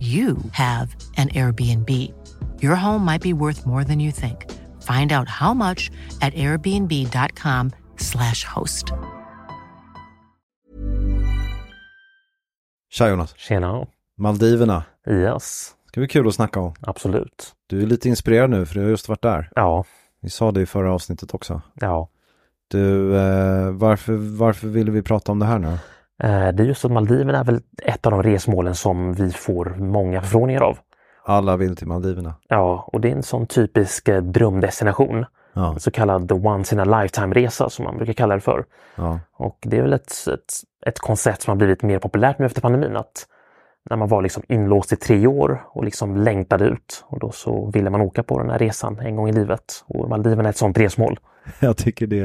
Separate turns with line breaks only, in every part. you have an Airbnb. Your home might be worth more than you think. Find out how much at airbnb.com/slash host.
Tja Jonas,
Tjena.
Maldiverna.
Yes,
Det ska bli kul att snacka om.
absolut.
Du är lite inspirerad nu för du har just varit där.
Ja,
Vi sa det i förra avsnittet också.
ja.
Du, eh, varför, varför ville vi prata om det här nu?
Eh, Det är just att Maldiverna är väl ett av de resmålen som vi får många förfrågningar av.
Alla vill till Maldiverna.
Ja, och det är en sån typisk eh, drömdestination.
Ja,
En så kallad the once in a lifetime-resa som man brukar kalla det för.
ja,
Och det är väl ett, ett, ett koncept som har blivit mer populärt nu efter pandemin. Att när man var liksom inlåst i tre år och liksom längtade ut och då så ville man åka på den här resan en gång i livet. Och Maldiverna är ett sånt resmål.
jag tycker det,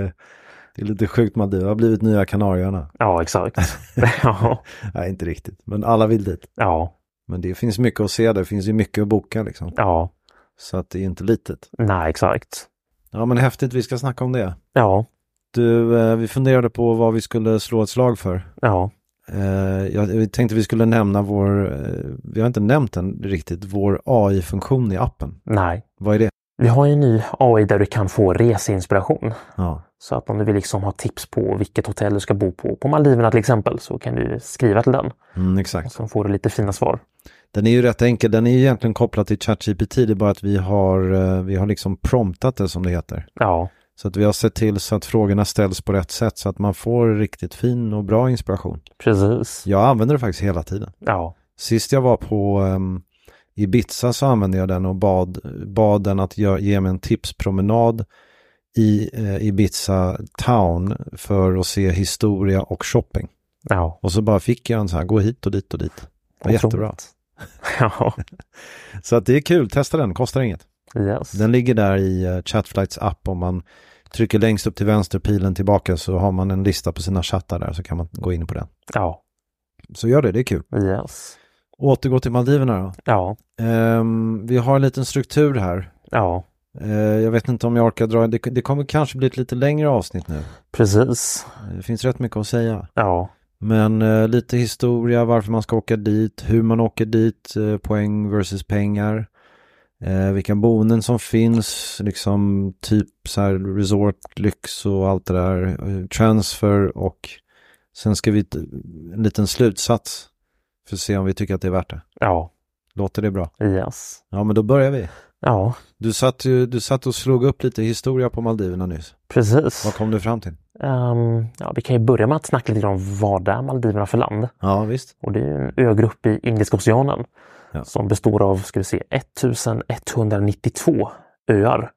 det är lite sjukt Maldiverna. Det har blivit nya Kanarieöarna.
Ja, exakt. ja,
Nej, inte riktigt. Men alla vill dit.
ja,
Men det finns mycket att se där. Det finns ju mycket att boka liksom.
ja.
Så att det är inte litet.
Nej, exakt.
Ja, men häftigt. Vi ska snacka om det.
Ja,
Du, eh, vi funderade på vad vi skulle slå ett slag för.
ja,
Eh, jag jag tänkte vi skulle nämna vår, eh, vi har inte nämnt den riktigt, vår AI-funktion i appen.
nej.
Vad är det?
Vi har ju en ny AI där du kan få reseinspiration.
Ja,
Så att om du vill liksom ha tips på vilket hotell du ska bo på, på Maldiverna till exempel, så kan du skriva till den.
mm,
Och
exakt.
så får du lite fina svar.
Den är ju rätt enkel, den är ju egentligen kopplad till ChatGPT, det är bara att vi har, eh, vi har liksom promptat det som det heter.
Ja,
Så att vi har sett till så att frågorna ställs på rätt sätt så att man får riktigt fin och bra inspiration.
precis.
Jag använder det faktiskt hela tiden.
Ja,
Sist jag var på ehm, Ibiza så använde jag den och bad, bad den att ge, ge mig en tipspromenad i eh, Ibiza town för att se historia och shopping.
ja.
Och så bara fick jag en så här, gå hit och dit och dit. Det var
Otroligt.
jättebra.
Ja,
Så att det är kul, testa den, kostar inget.
yes.
Den ligger där i eh, Chatflights app om man trycker längst upp till vänster, pilen tillbaka så har man en lista på sina chattar där så kan man gå in på den.
Ja,
Så gör det, det är kul.
yes.
Återgå till Maldiverna då.
Ja,
Ehm, vi har en liten struktur här.
ja,
Eh, Jag vet inte om jag orkar dra, det, det kommer kanske bli ett lite längre avsnitt nu.
precis.
Det finns rätt mycket att säga.
Ja,
Men eh, lite historia, varför man ska åka dit, hur man åker dit, eh, poäng versus pengar. Eh, vilka boenden som finns, liksom typ så här resort, lyx och allt det där. eh, Transfer och sen ska vi t- en liten slutsats för att se om vi tycker att det är värt det.
ja,
Låter det bra?
yes.
Ja, men då börjar vi.
Ja,
Du satt, ju, du satt och slog upp lite historia på Maldiverna nyss.
precis.
Vad kom du fram till?
Ehm, ja, vi kan ju börja med att snacka lite om vad är Maldiverna för land?
Ja, visst.
Och det är ju en ögrupp i Indiska oceanen
Ja.
som består av ska vi se, 1192 öar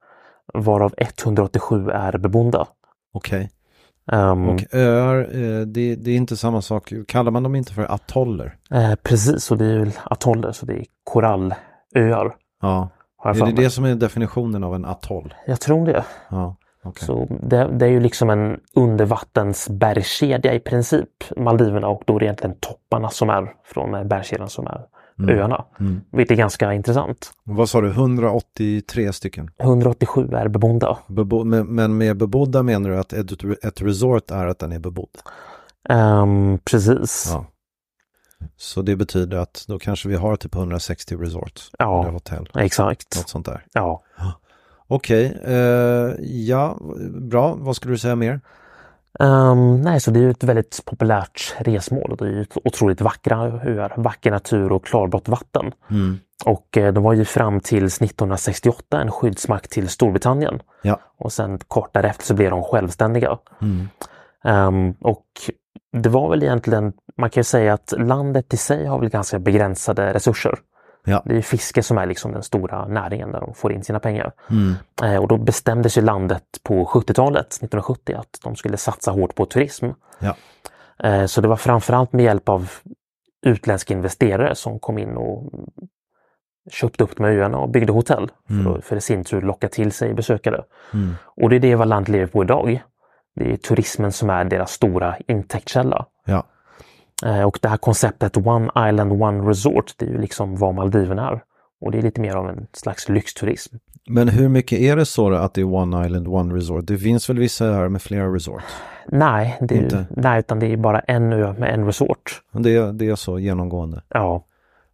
varav 187 är bebodda.
Okej.
Ehm,
Och öar, eh, det, det är inte samma sak. Kallar man dem inte för atoller?
eh, precis, och det är ju atoller så det är korallöar.
Ja.
Har jag
Är
för
det
mig.
det som är definitionen av en atoll?
Jag tror det.
Ja, okej.
Så det, det är ju liksom en undervattensbergskedja i princip, Maldiverna och då är det egentligen topparna som är från eh, bergskedjan som är
Mm.
öarna. Vilket är ganska intressant.
Vad sa du, 183 stycken?
187 är bebodda.
Bebo- men- men med bebodda menar du att ett, ett resort är att den är bebodd?
Ehm, precis.
Ja. Så det betyder att då kanske vi har typ 160 resorts
Ja.
eller hotell,
Exakt.
något sånt där.
Ja.
Okej, eh, ja, bra. Vad skulle du säga mer?
Ehm, nej, så det är ju ett väldigt populärt resmål. och Det är ju ett otroligt vackra öar, vacker natur och klarblått vatten.
Mm.
Och eh, de var ju fram tills 1968 en skyddsmakt till Storbritannien.
Ja. Mm.
Och sen kort därefter så blev de självständiga. Ehm, och det var väl egentligen, man kan ju säga att landet i sig har väl ganska begränsade resurser.
Ja.
Det är ju fiske som är liksom den stora näringen där de får in sina pengar.
Mm.
Eh, och då bestämde sig landet på 70-talet, 1970, att de skulle satsa hårt på turism.
Ja.
Eh, så det var framförallt med hjälp av utländska investerare som kom in och köpte upp de här öarna och byggde hotell för, att, för i sin tur locka till sig besökare. Och det är det vad landet lever på idag. Det är turismen som är deras stora intäktskälla.
Ja,
Eh, Och det här konceptet One Island One Resort, det är ju liksom vad Maldiverna är. Och det är lite mer av en slags lyxturism.
men hur mycket är det så då att det är One Island, One Resort? Det finns väl vissa öar med flera resorts?
Nej, det är, ju-
Inte?
nej utan det är bara en ö med en resort.
Men Det, är- det är så genomgående.
Ja,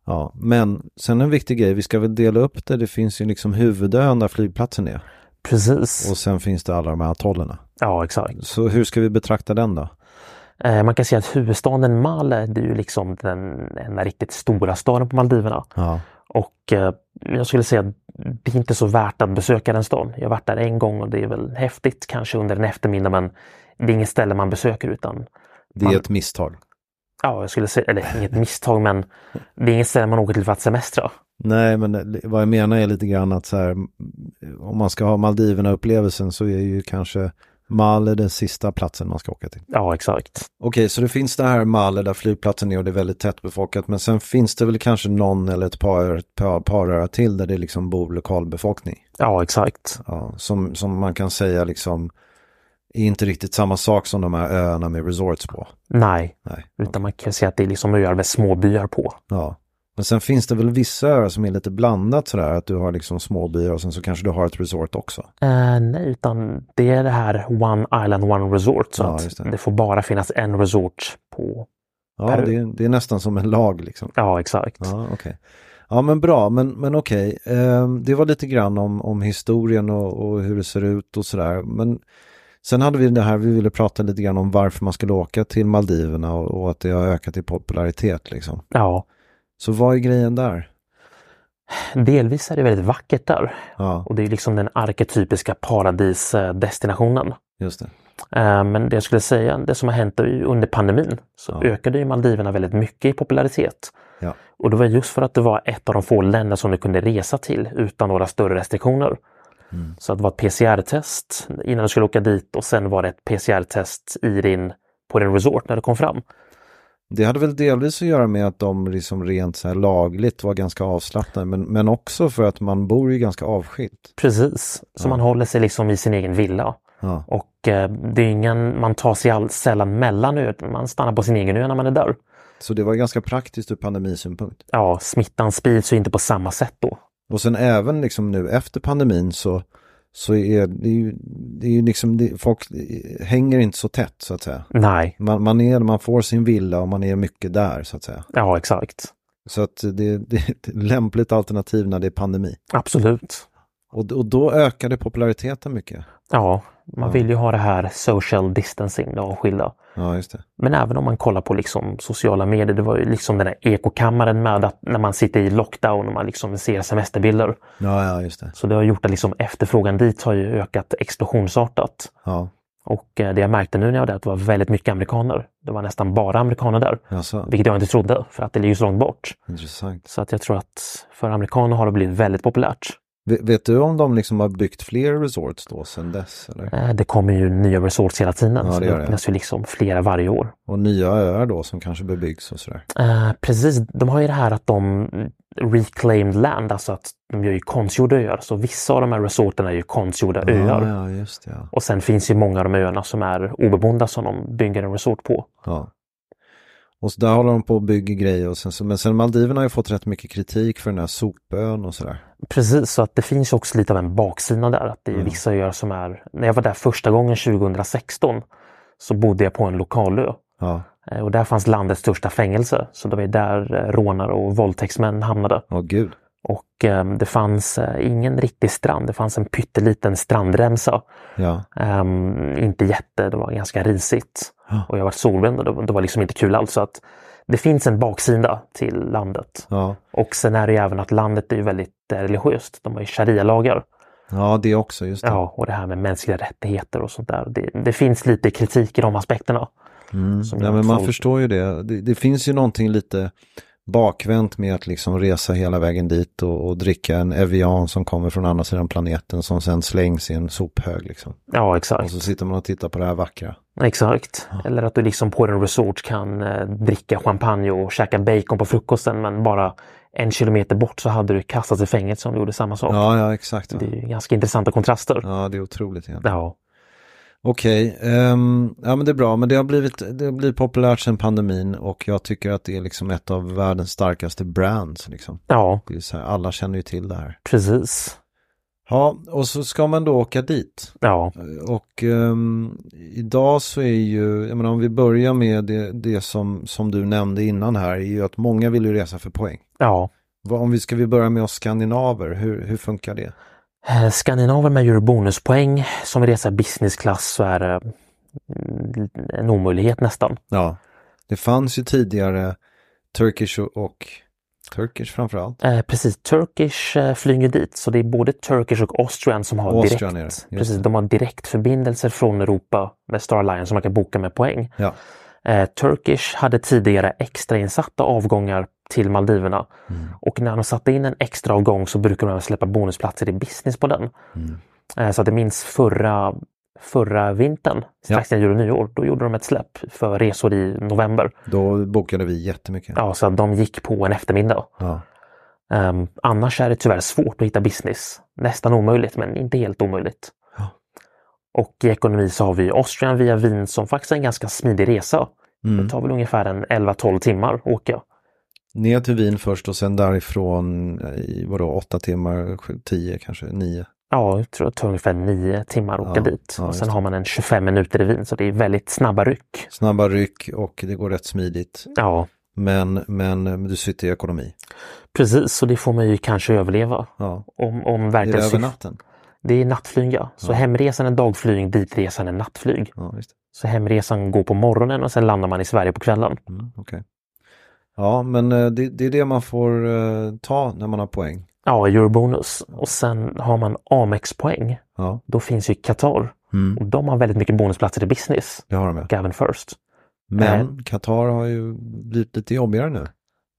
Ja, men sen en viktig grej, vi ska väl dela upp det. Det finns ju liksom huvudön där flygplatsen är
precis.
och sen finns det alla de här atollerna.
Ja, exakt.
Så hur ska vi betrakta den då?
Eh, Man kan säga att huvudstaden Malé, det är ju liksom den enda riktigt stora staden på Maldiverna.
Ja,
Och eh, jag skulle säga att det är inte så värt att besöka den stan. Jag har varit där en gång och det är väl häftigt kanske under en eftermiddag men det är inget ställe man besöker utan
det är
Man-
ett misstag.
Ja, jag skulle säga, eller inget misstag, men det är inget ställe man åker till för att semestra.
Nej, men det- vad jag menar är lite grann att så här, om man ska ha Maldiverna-upplevelsen så är ju kanske Male den sista platsen man ska åka till.
Ja, exakt.
Okej, så det finns det här Male där flygplatsen är och det är väldigt tättbefolkat, men sen finns det väl kanske någon eller ett par, par, par öar till där det liksom bor lokalbefolkning.
Ja, exakt.
Ja, som, som man kan säga liksom är inte riktigt samma sak som de här öarna med resorts på.
Nej,
Nej.
utan man kan säga att det är liksom öar med små byar på.
Ja. Men sen finns det väl vissa öar som är lite blandat sådär, att du har liksom småbyar och sen så kanske du har ett resort också.
Eh, nej, utan det är det här One Island One Resort, så
Ja,
att
just
det.
det.
får bara finnas en resort på...
Ja,
Per-
det är, det är nästan som en lag liksom.
Ja, exakt.
Ja, okej. Ja, men bra, men, men okej. Ehm, det var lite grann om, om historien och, och hur det ser ut och sådär. Men sen hade vi det här, vi ville prata lite grann om varför man skulle åka till Maldiverna och, och att det har ökat i popularitet liksom.
Ja,
Så vad är grejen där?
delvis är det väldigt vackert där.
Ja,
Och det är liksom den arketypiska paradisdestinationen.
just det.
Eh, Men det jag skulle säga, det som har hänt är ju under pandemin så
Ja.
ökade ju Maldiverna väldigt mycket i popularitet.
Ja.
Och det var just för att det var ett av de få länder som du kunde resa till utan några större restriktioner. Så att det var ett PCR-test innan du skulle åka dit och sen var det ett PCR-test i din, på din resort när du kom fram.
Det hade väl delvis att göra med att de liksom rent så här lagligt var ganska avslappnade, men, men också för att man bor ju ganska avskilt.
Precis, så man håller sig liksom i sin egen villa.
Ja,
Och eh, det är ingen, man tar sig all, sällan mellan ö, utan man stannar på sin egen ö när man är där.
så det var ganska praktiskt ur pandemisynpunkt.
Ja, smittan sprids ju inte på samma sätt då.
Och sen även liksom nu efter pandemin så, så är det ju, det är ju liksom, det, folk hänger inte så tätt så att säga.
Nej,
Man, man, är, man får sin villa och man är mycket där så att säga.
ja exakt.
Så att det, det är ett lämpligt alternativ när det är pandemi.
Absolut.
Och, och då ökade populariteten mycket.
Ja, man vill ju ha det här social distancing, det avskilda.
Ja, just det.
Men även om man kollar på liksom sociala medier, det var ju liksom den här ekokammaren med att när man sitter i lockdown och man liksom ser semesterbilder.
Ja, ja, just det.
Så det har gjort att liksom efterfrågan dit har ju ökat explosionsartat.
Ja,
Och eh, det jag märkte nu när jag var där, att det var väldigt mycket amerikaner. Det var nästan bara amerikaner där,
alltså,
vilket jag inte trodde för att det ligger så långt bort.
intressant.
Så att jag tror att för amerikaner har det blivit väldigt populärt.
Ve- Vet du om de liksom har byggt fler resorts då sen dess? Eller?
Eh, Det kommer ju nya resorts hela tiden,
Ja,
så
det
det
gör det.
öppnas ju liksom flera varje år.
Och nya öar då som kanske bebyggs och sådär.
Eh, precis, de har ju det här att de reclaimed land, alltså att de gör ju konstgjorda öar. Så vissa av de här resorten är ju konstgjorda
Ja,
öar.
Ah, ja, just det. Ja.
Och sen finns ju många av de öarna som är obebodda som de bygger en resort på.
Ja. Och så där håller de på och bygger grejer och sen så, men sen Maldiverna har ju fått rätt mycket kritik för den här sopön och sådär.
Precis, så att det finns ju också lite av en baksida där. Att det är
Mm.
vissa öar som är... När jag var där första gången 2016 så bodde jag på en lokalö.
Ja,
Eh, Och där fanns landets största fängelse. Så det var ju där eh, rånare och våldtäktsmän hamnade.
åh gud.
Och eh, det fanns eh, ingen riktig strand. Det fanns en pytteliten strandremsa.
Ja,
Ehm, inte jätte, det var ganska risigt.
Ja.
Och jag var solbränd och det, det var liksom inte kul alls. Så att det finns en baksida till landet.
ja.
Och sen är det ju även att landet är ju väldigt eh, religiöst. De har ju sharia-lagar.
ja det också, just det.
Ja, och det här med mänskliga rättigheter och sånt där. Det, det finns lite kritik i de aspekterna.
Mm.
Som
Ja,
jag
men man
tror.
förstår ju det. det. Det finns ju någonting lite bakvänt med att liksom resa hela vägen dit och, och dricka en Evian som kommer från andra sidan planeten som sen slängs i en sophög liksom.
Ja, exakt.
Och så sitter man och tittar på det här vackra.
Exakt. Eller att du liksom på en resort kan eh, dricka champagne och käka bacon på frukosten men bara en kilometer bort så hade du kastats i fängelse om du gjorde samma sak.
Ja, ja, exakt. Ja,
Det är ju ganska intressanta kontraster.
ja det är otroligt egentligen.
Ja,
Okej, ehm, ja men det är bra, men det har blivit, det har blivit populärt sedan pandemin och jag tycker att det är liksom ett av världens starkaste brands liksom.
ja
Det är så här, alla känner ju till det här.
precis.
Ja, och så ska man då åka dit.
Ja,
Och ehm, idag så är ju, jag menar om vi börjar med det, det som, som du nämnde innan här, är ju att många vill ju resa för poäng.
ja.
Vad- Om vi ska vi börja med oss skandinaver, hur, hur funkar det?
Eh, Skandinaver gör bonuspoäng. Som resa business class så är det mm, en omöjlighet nästan.
Ja. Det fanns ju tidigare Turkish och, och Turkish framförallt.
Eh, precis, Turkish eh, flyger dit så det är både Turkish och Austrian som har
Austrian är det,
direkt.
just
Precis,
det.
de har direktförbindelser från Europa med Star Alliance som man kan boka med poäng.
Ja.
Eh, Turkish hade tidigare extrainsatta avgångar till Maldiverna
Mm.
och när de satte in en extra avgång så brukade de även släppa bonusplatser i business på den.
Mm.
Eh, så att jag minns förra, förra vintern, strax innan jul och nyår, då gjorde de ett släpp för resor i november.
Då bokade vi jättemycket.
Ja, så att de gick på en eftermiddag.
Ja.
Ehm, annars är det tyvärr svårt att hitta business. Nästan omöjligt, men inte helt omöjligt.
Ja.
Och i ekonomi så har vi Austrian via Wien som faktiskt är en ganska smidig resa.
Mm.
Det tar väl ungefär en 11-12 timmar att åka.
Ner till Wien först och sen därifrån i vadå, åtta timmar, sju- tio kanske, nio.
Ja, jag tror det tar ungefär 9 timmar att åka
Ja,
dit.
ja,
och
just
sen
det.
har man en 25 minuter i Wien, så det är väldigt snabba ryck.
Snabba ryck och det går rätt smidigt.
Ja,
Men, men eh, du sitter i ekonomi.
precis. Så det får man ju kanske överleva.
Ja.
Om, om
Är
verkligen
det över
syf-
natten?
Det är nattflyga. Så
Ja.
hemresan är dagflyg, ditresan är nattflyg.
Ja, visst.
Så hemresan går på morgonen och sen landar man i Sverige på kvällen.
Mm, Okej. Ja, men eh, det, det är det man får eh, ta när man har poäng.
Ja, eurobonus. Och sen har man Amex-poäng.
Ja,
Då finns ju Qatar.
Mm.
Och de har väldigt mycket bonusplatser i business.
det har de. ja.
Och även first.
Men Qatar har ju blivit lite jobbigare nu.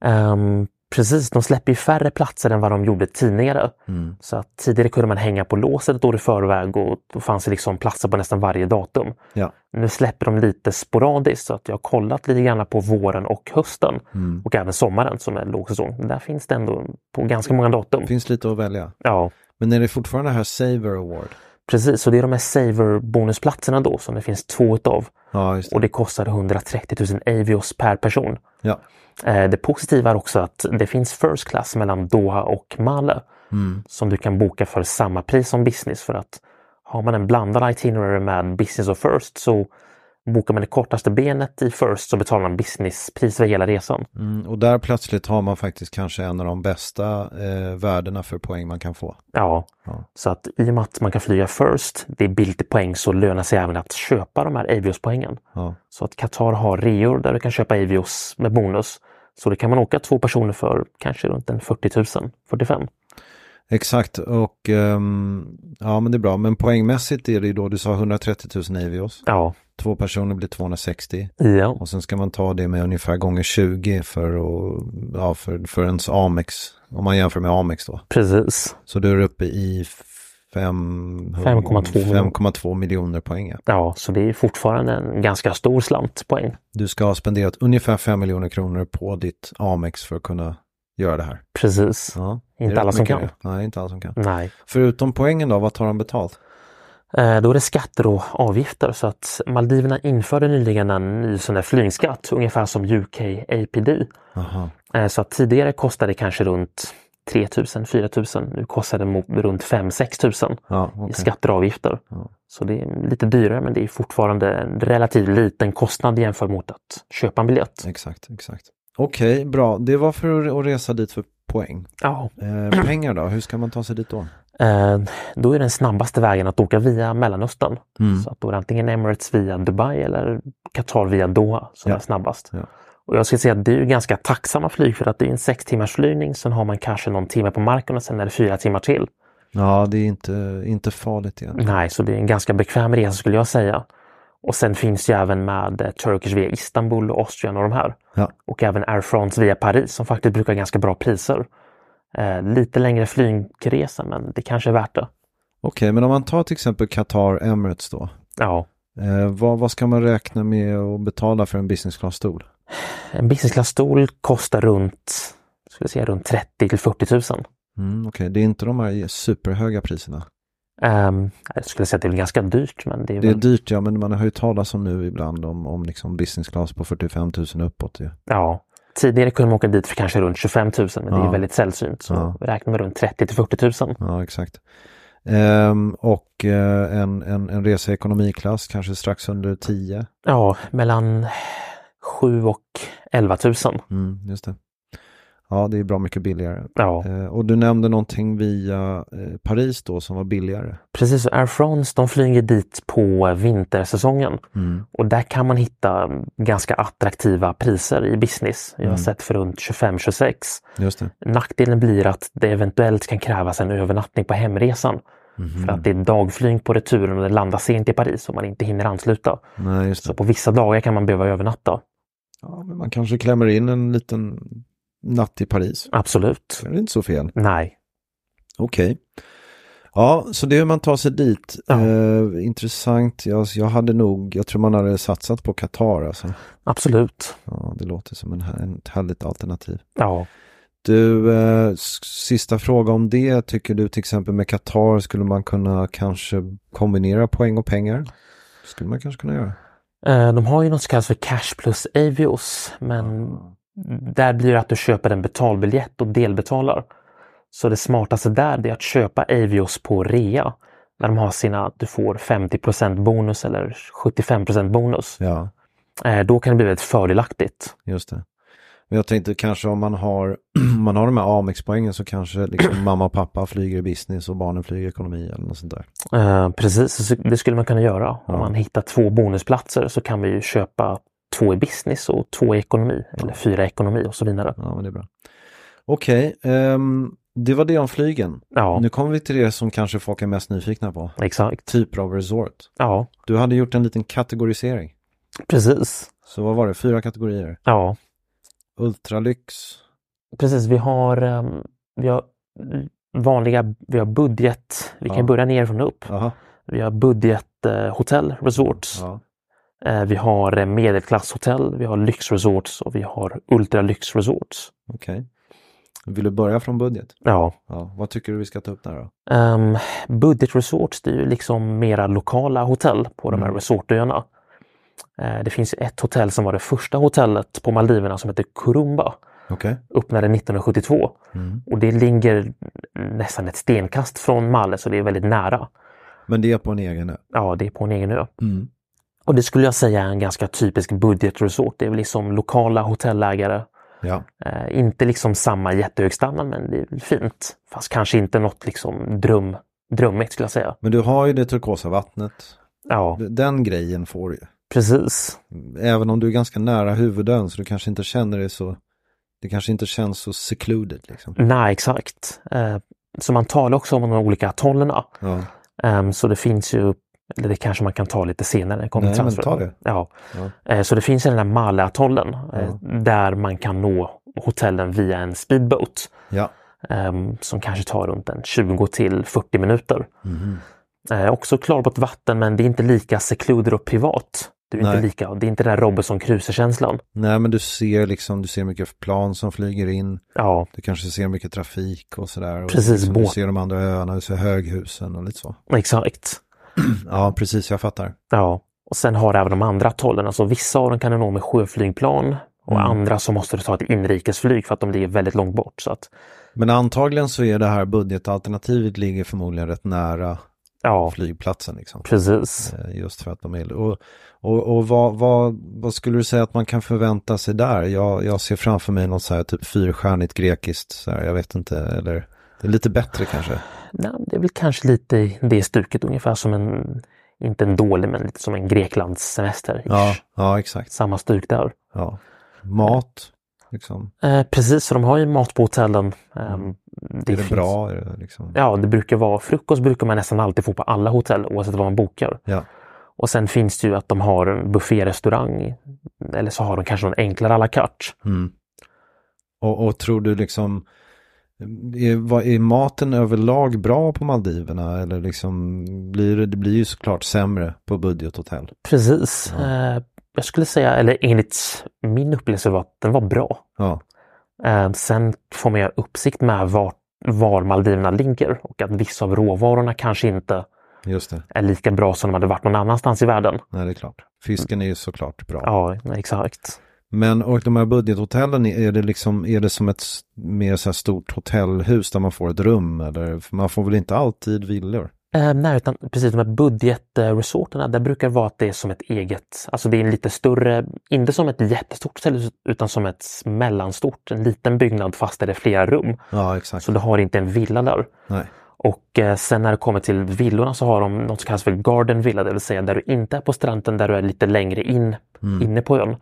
Ehm, precis, de släpper ju färre platser än vad de gjorde tidigare.
Mm.
Så att tidigare kunde man hänga på låset ett år i förväg och då fanns det liksom platser på nästan varje datum.
Ja.
Nu släpper de lite sporadiskt så att jag har kollat lite grann på våren och hösten
Mm.
och även sommaren som är lågsäsong. Där finns det ändå på ganska många datum.
Det finns lite att välja.
Ja.
Men är det fortfarande det här Saver Award?
Precis, så det är de här saver-bonusplatserna då som det finns två utav.
Ja, just det.
Och det kostar 130 000 avios per person.
Ja.
Eh, Det positiva är också att det finns first class mellan Doha och Malé
Mm.
som du kan boka för samma pris som business för att har man en blandad itinerary med business och first så bokar man det kortaste benet i first så betalar man businesspris för hela resan.
Mm, och där plötsligt har man faktiskt kanske en av de bästa eh, värdena för poäng man kan få.
Ja,
Ja.
så att i och med att man kan flyga first, det är billigt i poäng så lönar sig även att köpa de här avios-poängen.
Ja,
Så att Qatar har reor där du kan köpa Avios med bonus. Så det kan man åka två personer för kanske runt en 40 000, 45.
exakt, och ehm, ja men det är bra. Men poängmässigt är det ju då, du sa 130 000 Avios.
Ja,
Två personer blir 260.
Ja,
Och sen ska man ta det med ungefär gånger 20 för, att, ja, för, för ens Amex. Om man jämför med Amex då.
precis.
Så du är uppe i fem-
5,2 miljoner.
5,2 miljoner poäng. ja.
Ja, så det är fortfarande en ganska stor slant poäng.
Du ska ha spenderat ungefär 5 miljoner kronor på ditt Amex för att kunna göra det här.
Precis.
Ja, det är
Inte alla
rätt
som
mycket
kan.
det. Nej, inte alla som kan.
Nej.
Förutom poängen då, vad tar de betalt?
Eh, Då är det skatter och avgifter så att Maldiverna införde nyligen en ny sån där flygskatt, ungefär som UK APD.
Aha.
Eh, Så att tidigare kostade det kanske runt 3 000, 4 000. Nu kostar det mot runt 5 6 000
Ja,
i
Mm. okej.
skatter och avgifter.
Ja.
Så det är lite dyrare men det är fortfarande en relativt liten kostnad jämfört mot att köpa en biljett.
Exakt, exakt. Okej, bra. Det var för att resa dit för poäng.
Ja.
Eh, pengar då, hur ska man ta sig dit då?
Eh, Då är den snabbaste vägen att åka via Mellanöstern.
Mm.
Så att då är det antingen Emirates via Dubai eller Qatar via Doha som
Ja.
är snabbast.
Ja.
Och jag skulle säga att det är ju ganska tacksamma flyg för att det är en sex timmars flygning. Sen har man kanske någon timme på marken och sen är det fyra timmar till.
Ja, det är inte, inte farligt igen.
Nej, så det är en ganska bekväm resa skulle jag säga. Och sen finns ju även med eh, Turkish via Istanbul och Austrien och de här.
Ja.
Och även Air France via Paris som faktiskt brukar ha ganska bra priser. Eh, lite längre flygresa men det kanske är värt det.
Okej, men om man tar till exempel Qatar Emirates då.
Ja.
Eh, vad, vad ska man räkna med att betala för en business class-stol?
En business class-stol kostar runt, skulle jag säga, runt 30 till 40 000.
Mm, Okej, det är inte de här superhöga priserna.
Ehm, jag skulle säga att det är ganska dyrt men det är,
Det är
väl,
dyrt ja, men man har ju talat om nu ibland om, om liksom business class på 45 000 uppåt ju.
ja. Tidigare kunde man åka dit för kanske runt 25 000 men det
Ja.
är väldigt sällsynt. Så
Ja.
räkna med runt 30 till 40 000.
Ja, exakt. Ehm, och eh, en, en, en resa i ekonomiklass kanske strax under 10.
Ja, mellan 7 och 11 000.
Mm, just det. Ja, det är bra mycket billigare.
Ja,
Eh, och du nämnde någonting via eh, Paris då som var billigare.
precis. Air France de flyger dit på vintersäsongen
Mm,
och där kan man hitta ganska attraktiva priser i business. Jag har
Mm.
sett för runt 25-26.
Just det.
Nackdelen blir att det eventuellt kan krävas en övernattning på hemresan
Mhm.
för
Mm.
att det är dagflyg på returen och det landar sent i Paris och man inte hinner ansluta.
Nej, just
Så
det.
på vissa dagar kan man behöva övernatta.
Ja, men man kanske klämmer in en liten natt i Paris.
Absolut.
Det är inte så fel.
Nej.
Okej. Ja, så det är hur man tar sig dit.
Ja.
Eh, intressant. Jag, jag hade nog, jag tror man hade satsat på Qatar alltså.
Absolut.
Ja, det låter som en, här- ett härligt alternativ.
Ja.
Du, eh, s- sista fråga om det. Tycker du till exempel med Qatar skulle man kunna kanske kombinera poäng och pengar? Skulle man kanske kunna göra.
Eh, De har ju något som kallas för Cash plus Avios men där blir det att du köper en betalbiljett och delbetalar. Så det smartaste där det är att köpa Avios på rea. När de har sina, du får 50 bonus eller 75 bonus.
Ja,
Eh, Då kan det bli väldigt fördelaktigt.
just det. Men jag tänkte kanske om man har, om man har de här Amex-poängen så kanske liksom mamma och pappa flyger i business och barnen flyger i ekonomi eller något sånt där.
Eh, Precis, så det skulle man kunna göra. Om man hittar två bonusplatser så kan vi ju köpa två i business och två i ekonomi. Eller fyra i ekonomi och så vidare.
Ja, men det är bra. Okej, ehm, det var det om flygen.
Ja,
Nu kommer vi till det som kanske folk är mest nyfikna på.
exakt.
Typer av resort.
Ja,
Du hade gjort en liten kategorisering.
precis.
Så vad var det? Fyra kategorier.
Ja.
Ultralyx.
Precis, vi har, ehm, vi har vanliga, vi har budget, vi
Ja.
kan börja nerifrån och upp.
Aha.
Vi har budgethotell, resorts.
Ja.
Eh, Vi har eh, medelklasshotell, vi har lyxresorts och vi har ultralyxresorts.
Okej. Vill du börja från budget?
Ja.
Ja. Vad tycker du vi ska ta upp där då?
Um, budgetresorts det är ju liksom mera lokala hotell på de här
Mm.
resortöarna. Eh, det finns ju ett hotell som var det första hotellet på Maldiverna som heter Kurumba.
Okej.
öppnade 1972.
Mm.
Och det ligger nästan ett stenkast från Malle så det är väldigt nära.
Men det är på en egen ö.
Ja, det är på en egen ö.
Mm.
Och det skulle jag säga är en ganska typisk budgetresort. Det är väl liksom lokala hotellägare.
Ja.
Eh, inte liksom samma jättehög standard men det är väl fint. Fast kanske inte något liksom dröm, drömmigt skulle jag säga.
Men du har ju det turkosa vattnet.
Ja,
Den grejen får du ju.
precis.
Även om du är ganska nära huvudön så du kanske inte känner det så. Det kanske inte känns så secluded liksom.
Nej, exakt. Eh, så man talar också om de olika atollerna.
Ja.
Ehm, så det finns ju Eller det kanske man kan ta lite senare. Kommer
Nej, men
transfer.
ta det.
Ja.
Ja.
Eh, Så det finns den där Maleatollen eh,
Ja.
där man kan nå hotellen via en speedboat
Ja.
ehm, som kanske tar runt en 20 till 40 minuter.
Mhm.
Eh, Också klarblått vatten men det är inte lika secluded och privat. Det är, inte
Nej.
lika, det är inte den där Robinson Crusoe-känslan.
Nej, men du ser liksom, du ser mycket plan som flyger in.
Ja,
Du kanske ser mycket trafik och sådär. Och
Precis,
liksom, du
båt.
ser de andra öarna, du ser höghusen och lite så.
exakt.
Ja, precis, jag fattar.
Ja, och sen har även de andra atollerna, så vissa av dem kan du nå med sjöflygplan och
Mm.
andra så måste du ta ett inrikesflyg för att de ligger väldigt långt bort. Så att,
Men antagligen så är det här budgetalternativet ligger förmodligen rätt nära
ja,
flygplatsen liksom.
precis.
Eh, Just för att de är... Och, och, och vad, vad, vad skulle du säga att man kan förvänta sig där? Jag, jag ser framför mig något så här typ fyrstjärnigt grekiskt, så här, jag vet inte, eller det är lite bättre kanske.
Nej, det är väl kanske lite i det stuket, ungefär som en, inte en dålig, men lite som en Greklandssemester.
Ja, ja exakt.
Samma stuk där.
Ja. Mat, liksom.
Eh, precis, så de har ju mat på hotellen. Ehm, det
Mm. är det
finns-
bra? Är det liksom?
Ja, det brukar vara frukost brukar man nästan alltid få på alla hotell oavsett vad man bokar.
Ja.
Och sen finns det ju att de har en bufférestaurang. Eller så har de kanske någon enklare à la carte.
Mm. Och, och tror du liksom, är, vad, är maten överlag bra på Maldiverna? Eller liksom, blir det, det blir ju såklart sämre på budgethotell.
Precis. Eh, jag skulle säga, eller enligt min upplevelse var att den var bra.
Ja,
Eh, sen får man göra uppsikt med var, var Maldiverna ligger och att vissa av råvarorna kanske inte
just det.
är lika bra som de hade varit någon annanstans i världen.
Nej, det är klart. Fisken är ju såklart bra.
Ja, exakt.
Men och de här budgethotellen, är det liksom, är det som ett s- mer så här stort hotellhus där man får ett rum? Eller för man får väl inte alltid villor?
Eh, nej, utan precis de här budgetresorterna, där brukar det vara att det är som ett eget, alltså det är en lite större, inte som ett jättestort hotell utan som ett mellanstort, en liten byggnad fast där det är flera rum.
Ja, exakt.
Så du har inte en villa där.
Nej.
Och eh, sen när det kommer till villorna så har de något som kallas för garden villa, det vill säga där du inte är på stranden, där du är lite längre in, inne på ön.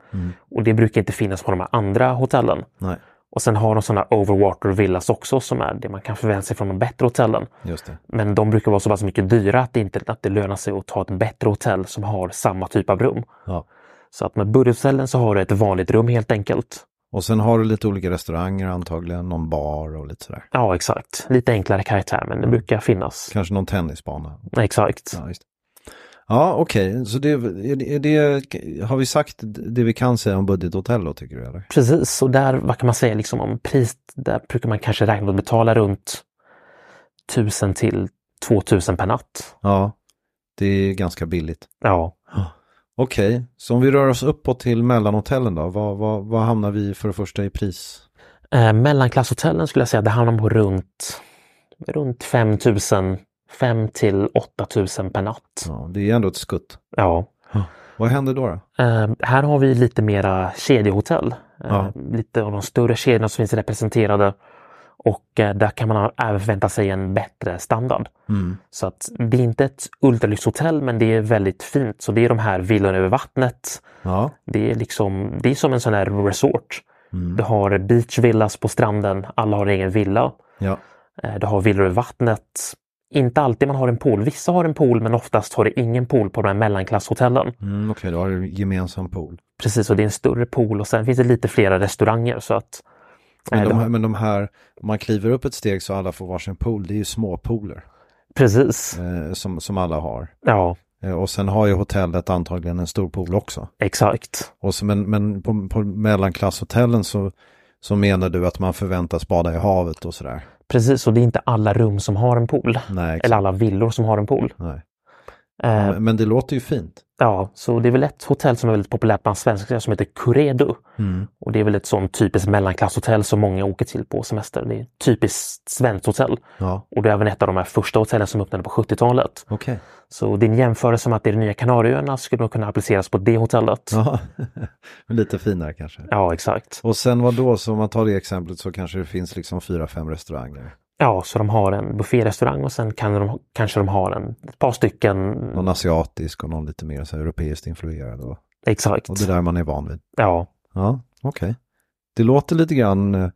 Och det brukar inte finnas på de här andra hotellen.
Nej,
Och sen har de sådana overwater villas också som är det man kan förvänta sig från de bättre hotellen.
just det.
Men de brukar vara så pass mycket dyra att det, inte, att det lönar sig att ta ett bättre hotell som har samma typ av rum.
Ja.
Så att med budgethotellen så har du ett vanligt rum helt enkelt.
Och sen har du lite olika restauranger antagligen, någon bar och lite sådär.
Ja, exakt. Lite enklare karaktär, men det brukar finnas.
Kanske någon tennisbana.
Exakt.
Ja, just det. Ja, okej. Så det, är det, är det, har vi sagt det vi kan säga om budgethotell då, tycker du? Eller?
Precis, och där, vad kan man säga liksom om pris? Där brukar man kanske räkna att betala runt 1000 till 2000 per natt.
Ja, det är ganska billigt.
Ja,
Okej, så om vi rör oss uppåt till mellanhotellen då, vad, vad, vad hamnar vi för det första i pris?
Eh, mellanklasshotellen skulle jag säga, det handlar om runt, runt 5000, 5 till 8000 per natt.
Ja, det är ändå ett skutt.
Ja.
Vad händer då? då?
Eh, här har vi lite mera kedjehotell. Eh,
Ja.
Lite av de större kedjorna som finns representerade. Och eh, där kan man även förvänta sig en bättre standard.
Mm.
Så att det är inte ett ultralyxhotell men det är väldigt fint. Så det är de här villorna över vattnet.
Ja,
Det är, liksom, det är som en sån här resort. Du har beachvillas på stranden, alla har egen villa.
ja,
Eh, Du har villor över vattnet. Inte alltid man har en pool. Vissa har en pool men oftast har det ingen pool på de här mellanklasshotellen.
mm, okej, då har du gemensam pool.
Precis, och det är en större pool och sen finns det lite flera restauranger så att...
Men de
eh, de-
här, men de här om man kliver upp ett steg så alla får varsin pool, det är ju småpooler
Precis,
eh, som, som alla har.
ja,
Eh, och sen har ju hotellet antagligen en stor pool också.
exakt.
Och så, men men på, på mellanklasshotellen så, så menar du att man förväntas bada i havet och sådär?
Precis, och det är inte alla rum som har en pool.
Nej, exakt.
Eller alla villor som har en pool.
Nej.
Eh,
Men- Men det låter ju fint.
Ja, så det är väl ett hotell som är väldigt populärt bland svenskar som heter Curedo.
Mm.
Och det är väl ett sånt typiskt mellanklasshotell som många åker till på semester. Det är ett typiskt svenskt hotell.
Ja,
Och det är även ett av de här första hotellen som öppnade på 70-talet.
okej.
Så din jämförelse med att det är de nya Kanarieöarna skulle nog kunna appliceras på det hotellet. Ja,
Ja, lite finare kanske.
exakt.
Och sen vad då, så om man tar det exemplet så kanske det finns liksom fyra, fem restauranger.
Ja, så de har en bufférestaurang och sen kan de, kanske de har en, ett par stycken.
Någon asiatisk och någon lite mer så här, europeiskt influerad. Och,
Exakt.
och det där man är van vid.
Ja,
Ja, okej. Det låter lite grann, eh,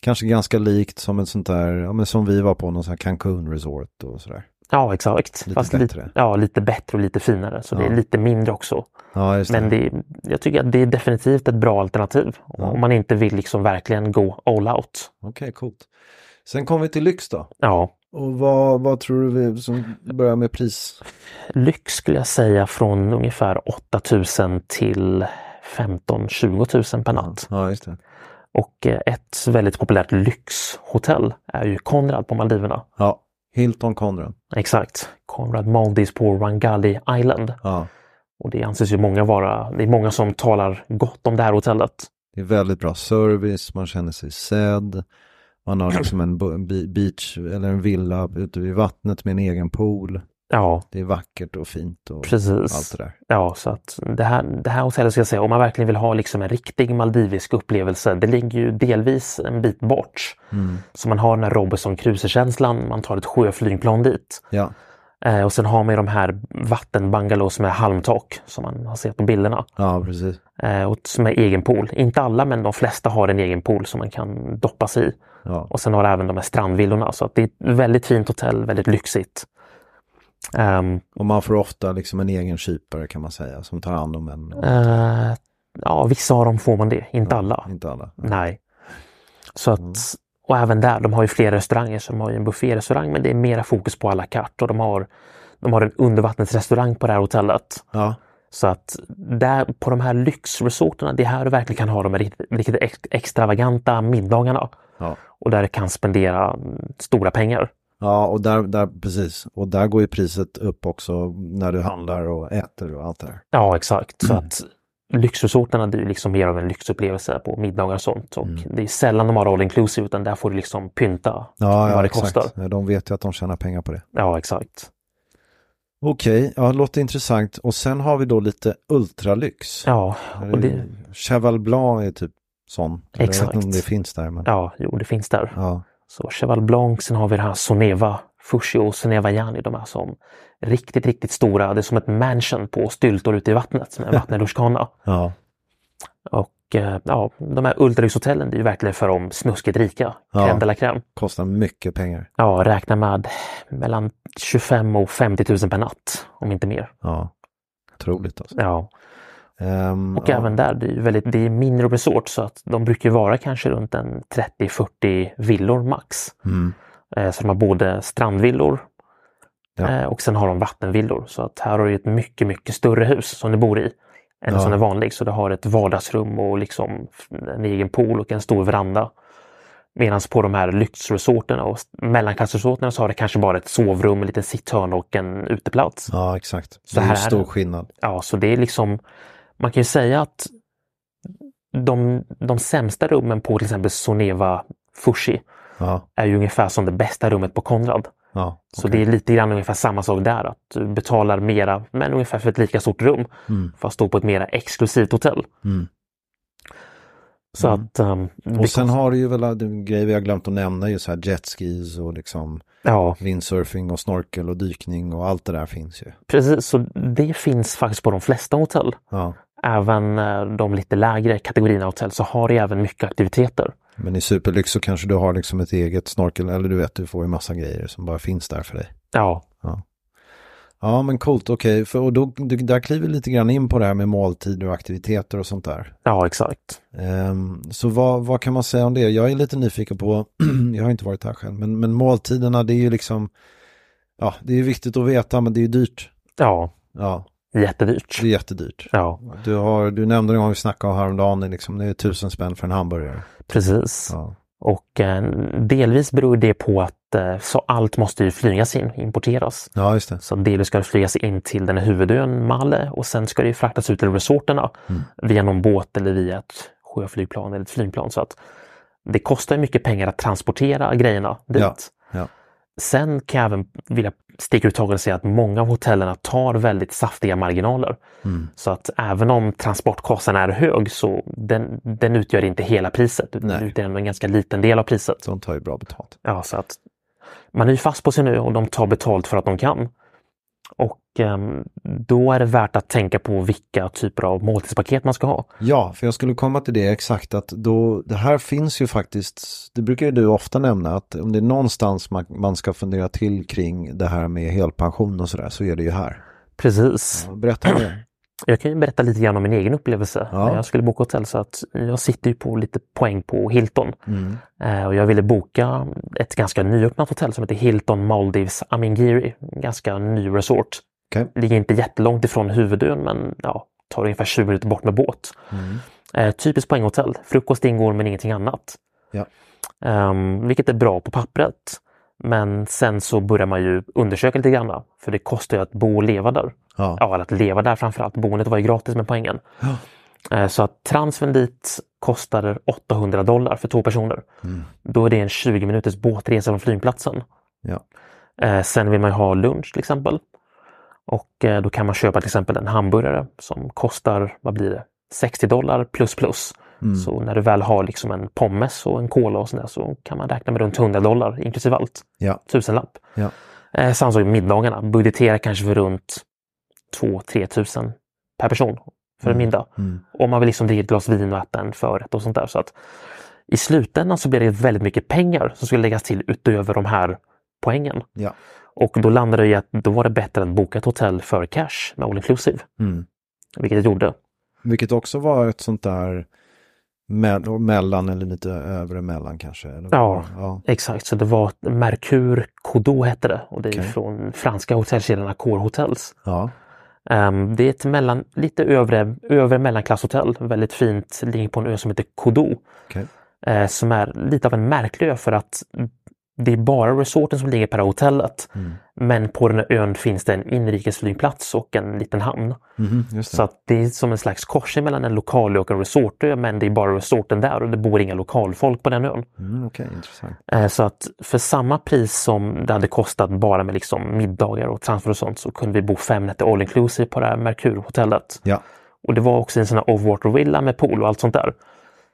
kanske ganska likt som ett sånt där, ja men som vi var på, någon sån här Cancun resort och sådär.
Ja, exakt.
Lite
li-
bättre.
ja, lite bättre och lite finare. Så det
Ja.
är lite mindre också.
Ja, just det.
Men det, är- jag tycker att det är definitivt ett bra alternativ.
Ja.
Om man inte vill liksom verkligen gå all out.
Okej, coolt. Sen kom vi till lyx då.
Ja,
Och vad, vad tror du vi som börjar med pris?
lyx skulle jag säga från ungefär 8000 till 15-20 000 per natt.
Ja, just det.
Och eh, ett väldigt populärt lyxhotell är ju Conrad på Maldiverna.
Ja, Hilton Conrad.
Exakt. Conrad Maldives på Rangali Island.
Ja,
Och det anses ju många vara, det är många som talar gott om det här hotellet.
det är väldigt bra service, man känner sig sedd. Man har liksom en bo- en bi- beach eller en villa ute vid vattnet med en egen pool.
Ja,
Det är vackert och fint och allt
precis.
det där.
Ja, så att det här, det här hotellet ska jag säga, om man verkligen vill ha liksom en riktig maldivisk upplevelse, det ligger ju delvis en bit bort.
Mm.
Så man har den här Robinson Crusoe-känslan, man tar ett sjöflygplan dit.
Ja,
Eh, och sen har man ju de här vattenbungalows med halmtak som man har sett på bilderna.
ja precis.
Eh, och som är egen pool. Inte alla, men de flesta har en egen pool som man kan doppa sig i.
Ja,
Och sen har det även de här strandvillorna. Så att det är ett väldigt fint hotell, väldigt lyxigt. Ehm,
och man får ofta liksom en egen kypare kan man säga som tar hand om en.
eh, ja, vissa av dem får man det, inte alla.
Inte alla.
Nej. Så att, och även där, de har ju flera restauranger. Så de har ju en bufférestaurang, men det är mera fokus på à la carte. Och de har, de har en undervattensrestaurang på det här hotellet.
Ja,
Så att där, på de här lyxresorterna, det är här du verkligen kan ha de här riktigt, riktigt ex- extravaganta middagarna.
ja.
Och där du kan spendera mm, stora pengar.
Ja, och där, där, precis. Och där går ju priset upp också när du handlar och äter och allt det där.
Ja, exakt.
Mm.
Så att lyxresorterna det är ju liksom mer av en lyxupplevelse på middagar och sånt. Och
Mm.
det är sällan de har all inclusive utan där får du liksom pynta
Ja,
vad
ja
det
exakt.
kostar.
Ja, De vet ju att de tjänar pengar på det.
Ja, exakt.
Okej, ja, låter intressant. Och sen har vi då lite ultralyx.
Ja,
Här är
och det,
ju- Cheval Blanc är typ sån. Eller Jag vet inte om
Exakt.
det finns där, men ja.
ja, jo, det finns där. Så Cheval Blanc, sen har vi det här Soneva Fushi och Soneva Jani, de här som riktigt, riktigt stora. Det är som ett mansion på styltor ute i vattnet med vattenrutschkana.
Ja.
Och eh, ja, de här ultralyxhotellen, det är ju verkligen för de snuskigt rika.
Ja.
Crème de la crème.
Kostar mycket pengar.
Ja, räkna med mellan 25 och 50 000 per natt, om inte mer.
Ja. Otroligt alltså.
Ja.
Ehm,
Och
ja.
även där, det är ju väldigt, det är mindre resort så att de brukar ju vara kanske runt en 30-40 villor max.
Mm.
Eh, Så de har både strandvillor
Ja.
eh, och sen har de vattenvillor. Så att här har du ju ett mycket, mycket större hus som du bor i än
Ja.
en sån är vanlig. Så du har ett vardagsrum och liksom en egen pool och en stor veranda. Medan på de här lyxresorterna och s- mellanklassresorterna så har det kanske bara ett sovrum, en liten sitthörna och en uteplats.
Ja, exakt.
Så
det är ju
här-
stor skillnad.
Ja, så det är liksom, man kan ju säga att de, de sämsta rummen på till exempel Soneva Fushi
Ja,
är ju ungefär som det bästa rummet på Konrad.
ja.
Så det är lite grann ungefär samma sak där, att du betalar mera, men ungefär för ett lika stort rum,
Mm.
fast då på ett mera exklusivt hotell.
Mm.
Så
Mm.
att... ehm, det
Och sen
kost-
har du ju väl det- grejer vi har glömt att nämna, är ju så här jetskis och liksom
Ja,
windsurfing och snorkel och dykning och allt det där finns ju.
precis. Så det finns faktiskt på de flesta hotell.
Ja,
Även eh, de lite lägre kategorierna hotell så har det även mycket aktiviteter.
men i superlyx så kanske du har liksom ett eget snorkel, eller du vet, du får ju massa grejer som bara finns där för dig.
Ja,
Ja, men coolt, okej, för och då, du, där kliver vi lite grann in på det här med måltider och aktiviteter och sånt där.
ja exakt.
Ehm, så vad, vad kan man säga om det? Jag är lite nyfiken på, jag har inte varit där själv, men, men måltiderna det är ju liksom, ja, det är ju viktigt att veta, men det är ju dyrt.
Ja,
Ja,
jättedyrt.
det är jättedyrt.
Ja,
Du, har, du nämnde en gång vi snackade om häromdagen, liksom, det är tusen spänn för en hamburgare.
precis.
Ja,
Och eh, delvis beror det på att eh, så allt måste ju flygas in, importeras.
ja just det.
Så delvis ska det flygas in till den här huvudön Malle och sen ska det ju fraktas ut till resorterna
Mm.
via någon båt eller via ett sjöflygplan eller ett flygplan. Så att det kostar ju mycket pengar att transportera grejerna dit.
Ja, ja.
Sen kan jag även vilja sticka ut taget och säga att många av hotellerna tar väldigt saftiga marginaler. Så att även om transportkostnaden är hög så den, den utgör inte hela priset. utan
Nej.
Den utgör ändå en ganska liten del av priset.
De tar ju bra betalt.
Ja, så att man är ju fast på sin ö och de tar betalt för att de kan. Och ehm, då är det värt att tänka på vilka typer av måltidspaket man ska ha.
Ja, för jag skulle komma till det exakt att då, det här finns ju faktiskt, det brukar ju du ofta nämna att om det är någonstans man, man ska fundera till kring det här med helpension och sådär så är det ju här.
Precis.
Ja, Berätta om det.
Jag kan ju berätta lite grann om min egen upplevelse
Ja.
när jag skulle boka hotell så att jag sitter ju på lite poäng på Hilton.
Mm.
Eh, Och jag ville boka ett ganska nyöppnat hotell som heter Hilton Maldives Amingiri. En ganska ny resort.
Okej.
Ligger inte jättelångt ifrån huvudön men ja, tar ungefär 20 minuter bort med båt.
Mm.
Eh, typiskt poänghotell. Frukost ingår men ingenting annat.
Ja.
Ehm, vilket är bra på pappret. Men sen så börjar man ju undersöka lite grann. För det kostar ju att bo och leva där.
Ja.
Ja, eller att leva där framförallt. Boendet var ju gratis med poängen. Eh, Så att transfern dit kostade 800 dollar för två personer. Då är det en 20 minuters båtresa från flygplatsen.
Ja.
Eh, Sen vill man ju ha lunch till exempel. Och eh, då kan man köpa till exempel en hamburgare som kostar, vad blir det, 60 dollar plus plus. Så när du väl har liksom en pommes och en cola och sådär så kan man räkna med runt 100 dollar inklusive allt.
Ja.
Tusenlapp.
Ja.
Eh, Samma sak med middagarna. Budgetera kanske för runt 2-3 tusen per person för en middag.
Mm.
Om man vill liksom dricka ett glas vin och äta en förrätt och sånt där. Så att I slutändan så blir det väldigt mycket pengar som skulle läggas till utöver de här poängen.
Ja.
Och då landade jag i att då var det bättre att boka ett hotell för cash med all inclusive.
Mm.
Vilket jag gjorde.
Vilket också var ett sånt där me- mellan eller lite övre mellan kanske. Eller?
Ja.
ja.
Exakt, så det var Mercure Codo hette det. Och det är
Okej.
från franska hotellkedjan Accor Hotels.
Ja.
Ehm, det är ett mellan, lite övre, övre mellanklasshotell. Väldigt fint. Ligger på en ö som heter Kodo.
Okej.
eh, som är lite av en märklig ö för att det är bara resorten som ligger per hotellet. Men på den här ön finns det en inrikesflygplats och en liten hamn.
Mhm, just det.
Så att det är som en slags korsning mellan en lokalö och en resortö. Men det är bara resorten där och det bor inga lokalfolk på den ön.
Mm, Okej, intressant.
Eh, Så att för samma pris som det hade kostat bara med liksom middagar och transfer och sånt så kunde vi bo fem nätter all inclusive på det här Mercure-hotellet.
Ja.
Och det var också en sån här off-water villa med pool och allt sånt där.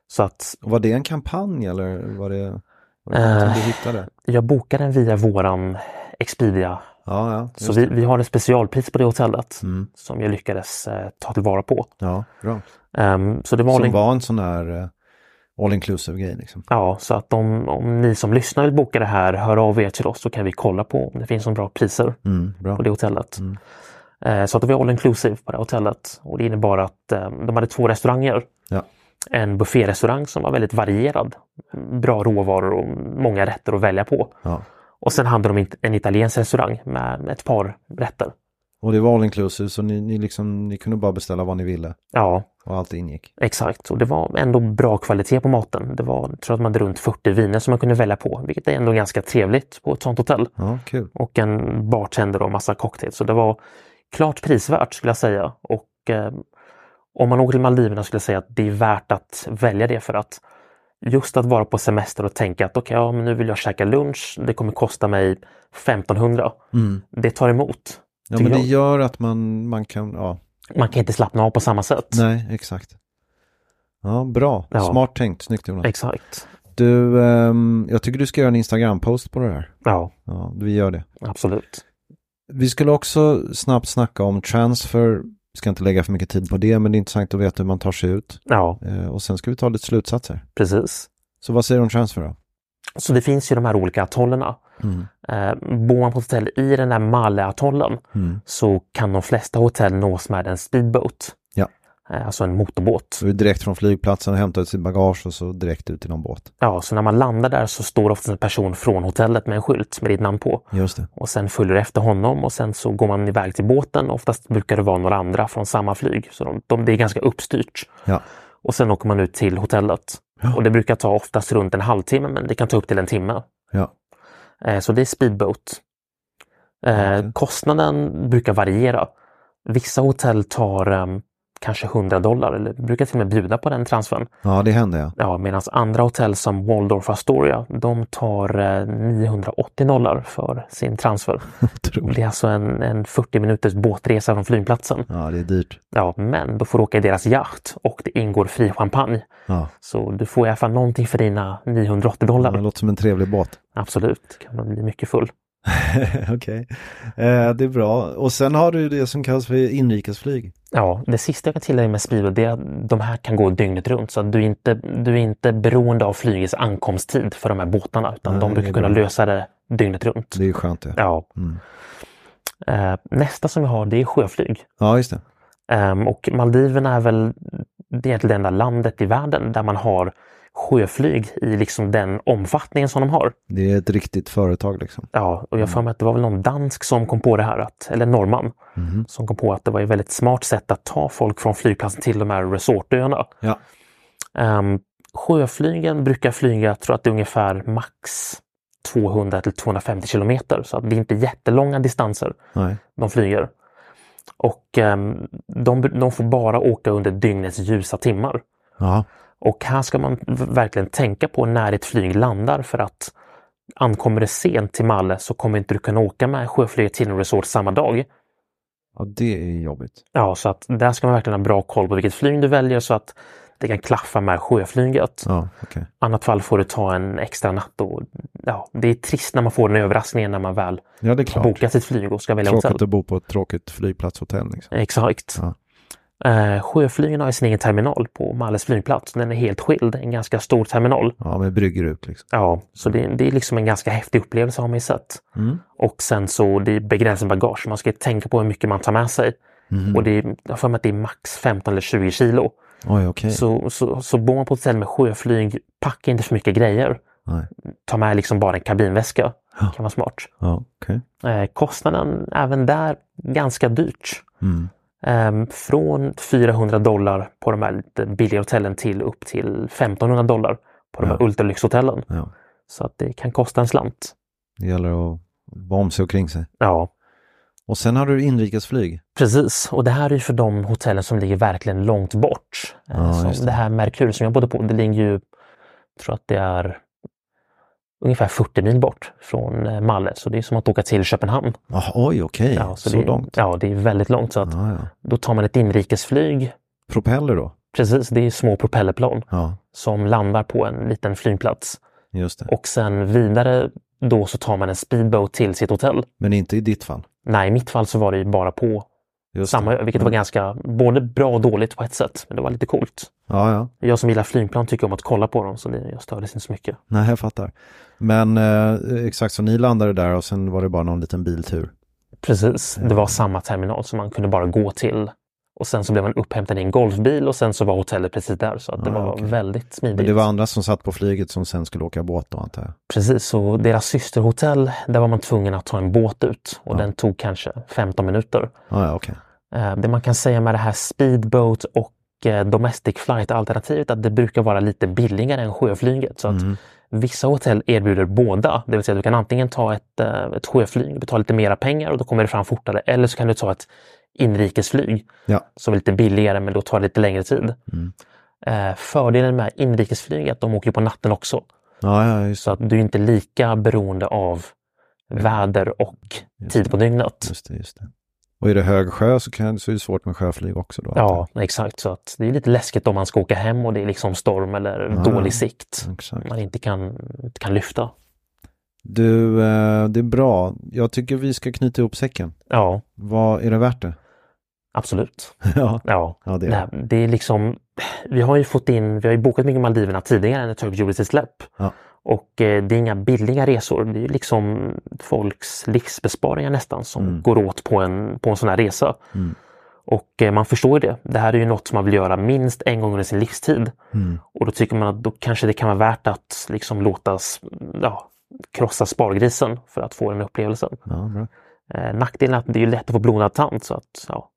Så att
Och Var det en kampanj eller var det, var det någonting du
Eh.
hittade?
jag bokade den via våran Expedia.
Ja, ja.
Så
Just. Mm.
vi, vi har en specialpris på det hotellet som jag lyckades eh, ta tillvara på.
Ja, bra.
Ehm, så det var
Som
en-
var en sån här eh, all inclusive grej liksom.
Ja, så att om, om ni som lyssnar vill boka det här, hör av er till oss så kan vi kolla på om det finns några bra priser.
Mm, bra.
på det hotellet.
Mm.
Eh, Så att det var all inclusive på det hotellet och det innebar att eh, de hade två restauranger.
Ja.
En bufférestaurang som var väldigt varierad. Bra råvaror och många rätter att välja på.
Ja.
Och sen hade de inte- en italiensk restaurang med ett par rätter.
Och det var all inclusive så ni, ni, liksom, ni kunde bara beställa vad ni ville
Ja,
och allt ingick.
exakt. Och det var ändå bra kvalitet på maten. Det var, jag tror att man hade runt 40 viner som man kunde välja på, vilket är ändå ganska trevligt på ett sånt hotell.
Ja, kul.
och en bartender och massa cocktails. Så det var klart prisvärt skulle jag säga. Och eh, om man åker till Maldiverna skulle jag säga att det är värt att välja det för att just att vara på semester och tänka att okej, ja, men nu vill jag käka lunch. Det kommer kosta mig 1500. Det tar emot.
Mm. Ja,
tycker
men det
jag.
gör att man, man kan, ja,
Man kan inte slappna av på samma sätt.
nej, exakt. Ja, bra.
Ja.
Smart tänkt. Snyggt Jonas.
Exakt.
Du, ehm, jag tycker du ska göra en Instagram-post på det här.
Ja,
Ja, vi gör det.
absolut.
Vi skulle också snabbt snacka om transfer. Vi ska inte lägga för mycket tid på det, men det är intressant att veta hur man tar sig ut.
Ja,
Eh, och sen ska vi ta lite slutsatser.
precis.
Så vad säger du om transfer då?
Så det finns ju de här olika atollerna.
Mm.
Eh, bor man på ett hotell i den där Malle-atollen
Mm.
så kan de flesta hotell nås med en speedboat.
Ja.
Eh, Alltså en motorbåt.
Så vi är direkt från flygplatsen, hämtar ut sitt bagage och så direkt ut i någon båt.
Ja, så när man landar där så står ofta en person från hotellet med en skylt med ditt namn på.
Just det.
Och sen följer du efter honom och sen så går man iväg till båten. Oftast brukar det vara några andra från samma flyg. Så de, de, det är ganska uppstyrt.
Ja.
Och sen åker man ut till hotellet. Och det brukar ta oftast runt en halvtimme men det kan ta upp till en timme.
Ja.
Eh, Så det är speedboat. Eh,
Okej.
Kostnaden brukar variera. Vissa hotell tar eh, kanske 100 dollar eller brukar till och med bjuda på den transfern.
ja, det hände ja.
Ja, Medan andra hotell som Waldorf Astoria, de tar eh, 980 dollar för sin transfer.
Otroligt.
Det är alltså en, en 40 minuters båtresa från flygplatsen.
Ja, det är dyrt.
Ja, men då får du åka i deras yacht och det ingår fri champagne.
Ja.
Så du får i alla fall någonting för dina 980
Det
dollar.
låter som en trevlig båt.
Absolut, kan man bli mycket full.
Okej, eh, det är bra. Och sen har du det som kallas för inrikesflyg.
Ja, det sista jag kan tillägga med Speedway det är att de här kan gå dygnet runt så att du är inte, du är inte beroende av flygets ankomsttid för de här båtarna utan
Nej,
de
det
brukar
är
kunna
bra.
lösa det dygnet runt.
Det är ju skönt det.
Ja.
Mm.
Eh, nästa som vi har det är sjöflyg.
Ja, just det.
Ehm, och Maldiverna är väl det, är egentligen det enda landet i världen där man har sjöflyg i liksom den omfattningen som de har.
Det är ett riktigt företag liksom.
Ja, och jag har för mig att det var väl någon dansk som kom på det här, att, eller norrman,
Mhm.
som kom på att det var ett väldigt smart sätt att ta folk från flygplatsen till de här resortöarna.
Ja.
Ehm, sjöflygen brukar flyga, jag tror att det är ungefär max 200 till 250 kilometer, så att det är inte jättelånga distanser
Nej.
de flyger. Och ehm, de, de får bara åka under dygnets ljusa timmar.
Ja.
Och här ska man v- verkligen tänka på när ett flyg landar för att ankommer det sent till Malle så kommer inte du kunna åka med sjöflyget till en resort samma dag.
ja, det är jobbigt.
Ja, så att där ska man verkligen ha bra koll på vilket flyg du väljer så att det kan klaffa med sjöflyget.
Ja, okej.
annat fall får du ta en extra natt och ja, det är trist när man får den överraskningen när man väl
Ja, det är
har
klart.
bokat sitt flyg och ska välja hotell.
Tråkigt att bo på ett tråkigt flygplatshotell liksom.
Exakt.
Ja.
Eh, Sjöflygen har ju sin egen terminal på Malles flygplats. Den är helt skild, en ganska stor terminal.
Ja, med brygger ut liksom.
Ja, så det, det är liksom en ganska häftig upplevelse har man ju sett.
Mm.
Och sen så det är begränsad bagage. Man ska ju tänka på hur mycket man tar med sig. Och det är, jag har för mig att det är max 15 eller 20 kilo.
Oj, Mm. okej.
Så, så, så bor man på ett ställe med sjöflyg, packa inte för mycket grejer.
Nej.
Ta med liksom bara en kabinväska.
Ja.
kan vara smart.
Ja, okej.
Eh, kostnaden även där ganska dyrt.
Mm.
Ehm, från 400 dollar på de här lite billigare hotellen till upp till 1500 dollar på de här
Ja.
ultralyxhotellen.
Ja.
Så att det kan kosta en slant.
Det gäller att vara om sig och kring sig.
Ja,
Och sen har du inrikesflyg.
precis. Och det här är ju för de hotellen som ligger verkligen långt bort. Eh,
Ja,
som
just
det.
det.
här Merkur som jag bodde på, det ligger ju, jag tror att det är ungefär 40 mil bort från eh, Malle. Så det är som att åka till Köpenhamn.
Jaha, oj, okej. så
det, är-
långt.
Ja, det är väldigt långt. Så att
Ja, ja.
då tar man ett inrikesflyg.
Propeller då?
Precis, det är små propellerplan
Ja,
som landar på en liten flygplats.
just det.
Och sen vidare då så tar man en speedboat till sitt hotell.
Men inte i ditt fall.
Nej, i mitt fall så var det ju bara på
Just det.
samma
Mm.
ö, vilket var ganska både bra och dåligt på ett sätt. Men det var lite coolt.
Ja, ja.
Jag som gillar flygplan tycker om att kolla på dem så det, jag stördes inte så mycket.
Nej, jag fattar. Men eh, exakt, så ni landade där och sen var det bara någon liten biltur.
Precis, det var samma terminal som man kunde bara gå till. Och sen så blev man upphämtad i en golfbil och sen så var hotellet precis där så att det
Ah,
var
okej.
väldigt smidigt.
Men det var andra som satt på flyget som sen skulle åka båt då, antar jag.
Precis, så deras systerhotell, där var man tvungen att ta en båt ut och
Ja.
den tog kanske 15 minuter.
Ja, ja, okej.
Eh, Det man kan säga med det här speedboat och eh, domestic flight-alternativet att det brukar vara lite billigare än sjöflyget. Så att
Mm.
vissa hotell erbjuder båda, det vill säga du kan antingen ta ett, eh, ett sjöflyg, betala lite mera pengar och då kommer det fram fortare. Eller så kan du ta ett inrikesflyg
Ja,
som är lite billigare men då tar det lite längre tid.
Mm.
Eh, Fördelen med inrikesflyg är att de åker på natten också.
ja, ja just,
Så att du är inte lika beroende av väder och tid på dygnet.
just det. Just det. Och är det hög sjö så, kan, så är det svårt med sjöflyg också då. antar
Ja, exakt. Så att det är lite läskigt om man ska åka hem och det är liksom storm eller
Ja.
dålig sikt.
jag. Exakt.
Man inte kan, inte kan lyfta.
Du, eh, det är bra. Jag tycker vi ska knyta ihop säcken.
Ja,
Vad är det värt det?
absolut.
ja,
Ja.
ja, det
Det,
är det.
här, det är liksom, vi har ju fått in, vi har ju bokat mycket Maldiverna tidigare när Turkish Jewelry släpp.
Ja.
Och eh, det är inga billiga resor. Det är liksom folks livsbesparingar nästan som
Mm.
går åt på en, på en sån här resa.
Mm.
Och eh, man förstår ju det. Det här är ju något som man vill göra minst en gång under sin livstid.
Mm.
Och då tycker man att då kanske det kan vara värt att liksom låta s- ja, krossa spargrisen för att få den upplevelsen.
Ja, bra.
Eh, nackdelen är att det är ju lätt att få blodad tand så att ja,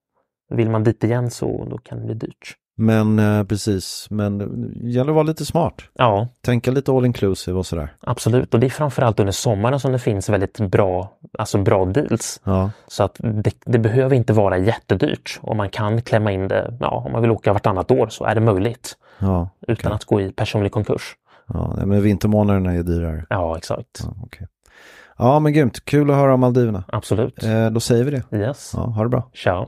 vill man dit igen så då kan det bli dyrt.
Men eh, precis, men det gäller att vara lite smart.
Ja,
Tänka lite all inclusive och sådär.
absolut. Och det är framförallt under sommaren som det finns väldigt bra, alltså bra deals.
Ja,
Så att det, det behöver inte vara jättedyrt och man kan klämma in det, ja, om man vill åka vartannat år så är det möjligt
ja,
utan att gå i personlig konkurs.
ja. nej, Men vintermånaderna är dyrare.
Ja, exakt.
Ja, okej. ja men grymt. Kul att höra om Maldiverna.
Absolut.
Eh, då säger vi det.
Yes.
Ja, ha det bra.
Ciao.